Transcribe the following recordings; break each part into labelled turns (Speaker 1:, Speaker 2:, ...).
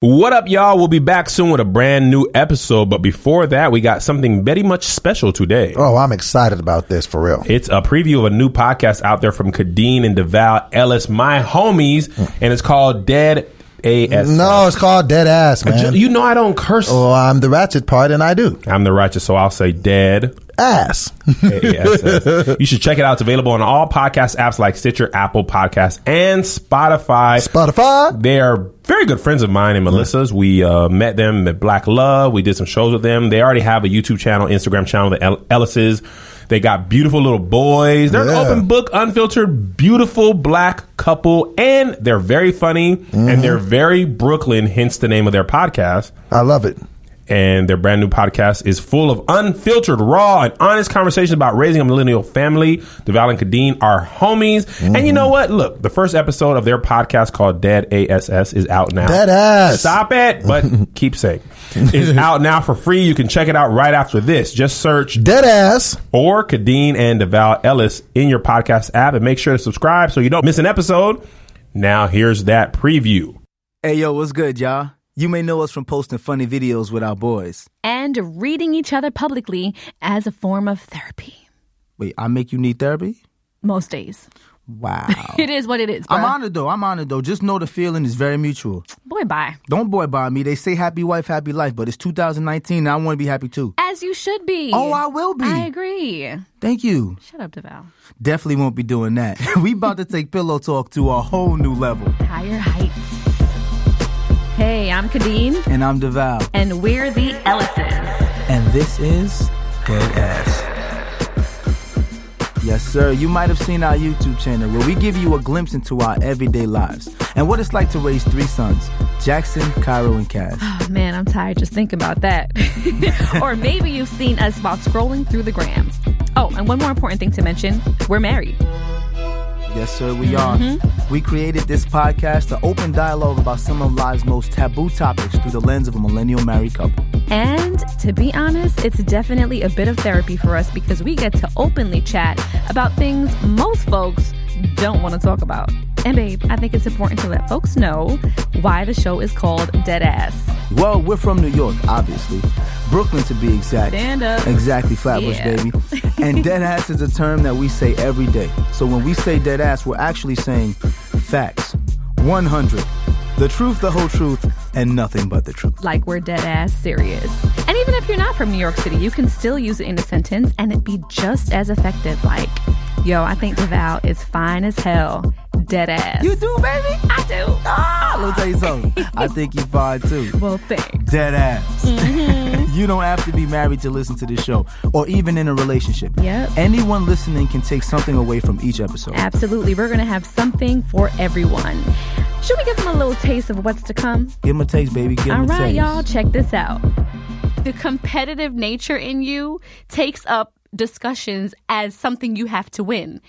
Speaker 1: What up, y'all? We'll be back soon with a brand new episode. But before that, we got something very much special today.
Speaker 2: Oh, I'm excited about this for real.
Speaker 1: It's a preview of a new podcast out there from Kadeen and DeVal Ellis, my homies,
Speaker 2: Hmm.
Speaker 1: and it's called Dead AS.
Speaker 2: No, it's called dead ass, man.
Speaker 1: You know I don't curse.
Speaker 2: Mm-hmm. oh, I'm the ratchet part, and I do
Speaker 1: I'm the righteous, so I'll say dead.
Speaker 2: ass.
Speaker 1: ASS. you should check it out. It's available on all podcast apps like Stitcher, Apple Podcasts, and Spotify.
Speaker 2: Spotify.
Speaker 1: They are very good friends of mine and Melissa's. We uh, met them at Black Love. We did some shows with them. They already have a YouTube channel, Instagram channel, the El- Ellis's. They got beautiful little boys. They're
Speaker 2: Yeah.
Speaker 1: an open book, unfiltered, beautiful black couple, and they're very funny and they're very Brooklyn. Hence the name of their podcast.
Speaker 2: I love it.
Speaker 1: And their brand new podcast is full of unfiltered, raw, and honest conversations about raising a millennial family. Deval and Kadeen are homies. And you
Speaker 2: Mm-hmm.
Speaker 1: know what? Look, the first episode of their podcast called Dead ASS is out now.
Speaker 2: Dead ass.
Speaker 1: Stop it, but keep saying. It's out now for free. You can check it out right after this. Just search
Speaker 2: Dead ass.
Speaker 1: or Kadeen and Deval Ellis in your podcast app and make sure to subscribe so you don't miss an episode. Now, here's that preview.
Speaker 3: Hey, yo, what's good, y'all? You may know us from posting funny videos with our boys.
Speaker 4: and reading each other publicly as a form of therapy.
Speaker 3: Wait, I make you need therapy?
Speaker 4: Most days.
Speaker 3: Wow.
Speaker 4: It is what it is.
Speaker 3: I'm
Speaker 4: bruh.
Speaker 3: honored though. I'm honored though. Just know the feeling is very mutual.
Speaker 4: Boy, bye.
Speaker 3: Don't boy by me. They say happy wife, happy life, but it's 2019 and I want to be happy too.
Speaker 4: As you should be.
Speaker 3: Oh, I will be.
Speaker 4: I agree.
Speaker 3: Thank you.
Speaker 4: Shut up, DeVal.
Speaker 3: Definitely won't be doing that. we about to take pillow talk to a whole new level.
Speaker 4: Higher heights. Hey, I'm Kadeen,
Speaker 3: And I'm DeVal.
Speaker 4: and we're the Ellises.
Speaker 3: And this is Dead Ass. Yes, sir. You might have seen our YouTube channel where we give you a glimpse into our everyday lives and what it's like to raise three sons Jackson, Cairo, and Cass.
Speaker 4: Oh, man, I'm tired just thinking about that. or maybe you've seen us while scrolling through the gram. Oh, and one more important thing to mention we're married.
Speaker 3: Yes, sir, we are. We created this podcast to open dialogue about some of life's most taboo topics through the lens of a millennial married couple.
Speaker 4: And to be honest, it's definitely a bit of therapy for us because we get to openly chat about things most folks don't want to talk about. And babe, I think it's important to let folks know why the show is called Dead Ass.
Speaker 3: Well, we're from New York, obviously. Brooklyn, to be exact.
Speaker 4: Stand up.
Speaker 3: Exactly, Flatbush,
Speaker 4: Yeah.
Speaker 3: baby. And dead ass is a term that we say every day. So when we say dead ass, we're actually saying facts 100. The truth, the whole truth, and nothing but the truth.
Speaker 4: Like we're dead ass serious. And even if you're not from New York City, you can still use it in a sentence and it'd be just as effective. Like, yo, I think DeVal is fine as hell. Dead ass.
Speaker 3: You do, baby?
Speaker 4: I do.
Speaker 3: Ah, let me tell you something. I think you fine too.
Speaker 4: Well, thanks.
Speaker 3: Dead ass.
Speaker 4: Mm-hmm.
Speaker 3: you don't have to be married to listen to this show or even in a relationship.
Speaker 4: Yep.
Speaker 3: Anyone listening can take something away from each episode.
Speaker 4: Absolutely. We're going to have something for everyone. Should we give them a little taste of what's to come?
Speaker 3: Give them a taste, baby. Give
Speaker 4: All
Speaker 3: them a
Speaker 4: right,
Speaker 3: taste.
Speaker 4: y'all, check this out. The competitive nature in you takes up discussions as something you have to win.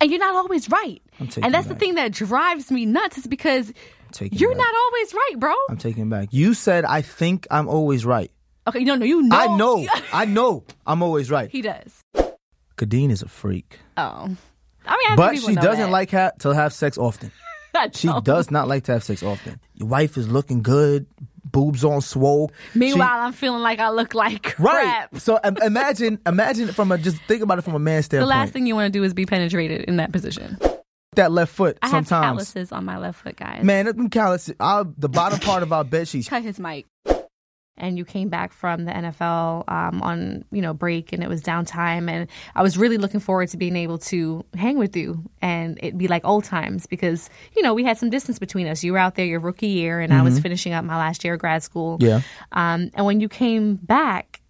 Speaker 4: And you're not always right.
Speaker 3: taking
Speaker 4: And that's
Speaker 3: back.
Speaker 4: the thing that drives me nuts is because
Speaker 3: taking
Speaker 4: you're
Speaker 3: back.
Speaker 4: not always right, bro.
Speaker 3: I'm taking it back. You said I think I'm always right.
Speaker 4: okay, no, no, you know.
Speaker 3: I know. I know. I'm always right.
Speaker 4: he does.
Speaker 3: Kadeen is a freak,
Speaker 4: Oh. I mean, I
Speaker 3: but
Speaker 4: think people
Speaker 3: she
Speaker 4: know
Speaker 3: doesn't
Speaker 4: that.
Speaker 3: like ha- to have sex often.
Speaker 4: I
Speaker 3: She
Speaker 4: don't.
Speaker 3: does not like to have sex often. Your wife is looking good, boobs on swole. She-
Speaker 4: Meanwhile, I'm feeling like I look like
Speaker 3: right?
Speaker 4: crap.
Speaker 3: So im- imagine, imagine from a just think about it from a man's
Speaker 4: The
Speaker 3: standpoint.
Speaker 4: last thing you want to do is be penetrated in that position.
Speaker 3: that left foot
Speaker 4: I have
Speaker 3: sometimes.
Speaker 4: calluses on my left foot, guys.
Speaker 3: Man, them calluses. i the bottom part of our bed sheets.
Speaker 4: cut his mic. And you came back from the NFL um, on you know break, and it was downtime, and I was really looking forward to being able to hang with you, and it'd be like old times because you know we had some distance between us. You were out there your rookie year, and I was finishing up my last year of grad school.
Speaker 3: Mm-hmm. Yeah.
Speaker 4: Um, and when you came back,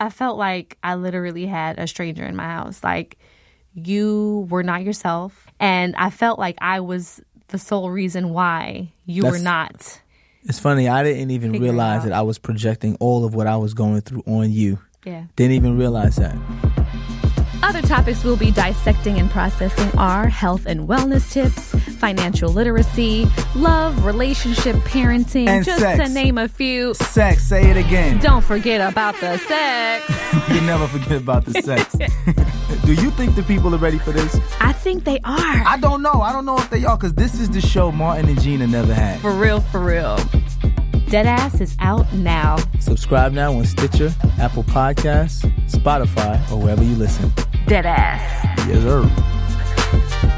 Speaker 4: I felt like I literally had a stranger in my house. Like you were not yourself, and I felt like I was the sole reason why you were
Speaker 3: That's-
Speaker 4: not.
Speaker 3: It's funny. I didn't even
Speaker 4: Figure it
Speaker 3: realize
Speaker 4: out.
Speaker 3: that I was projecting all of what I was going through on you.
Speaker 4: Yeah.
Speaker 3: Didn't even realize that.
Speaker 4: Other topics we'll be dissecting and processing are health and wellness tips, financial literacy, love, relationship, parenting,
Speaker 3: And
Speaker 4: just
Speaker 3: sex.
Speaker 4: to name a few.
Speaker 3: Sex. Say it again.
Speaker 4: Don't forget about the sex.
Speaker 3: You never forget about the sex. Do you think the people are ready for this?
Speaker 4: I think they are.
Speaker 3: I don't know. I don't know if they are because this is the show Martin and Gina never had.
Speaker 4: For real, for real. Deadass is out now.
Speaker 3: Subscribe now on Stitcher, Apple Podcasts, Spotify, or wherever you listen.
Speaker 4: Deadass.
Speaker 3: Yes, sir.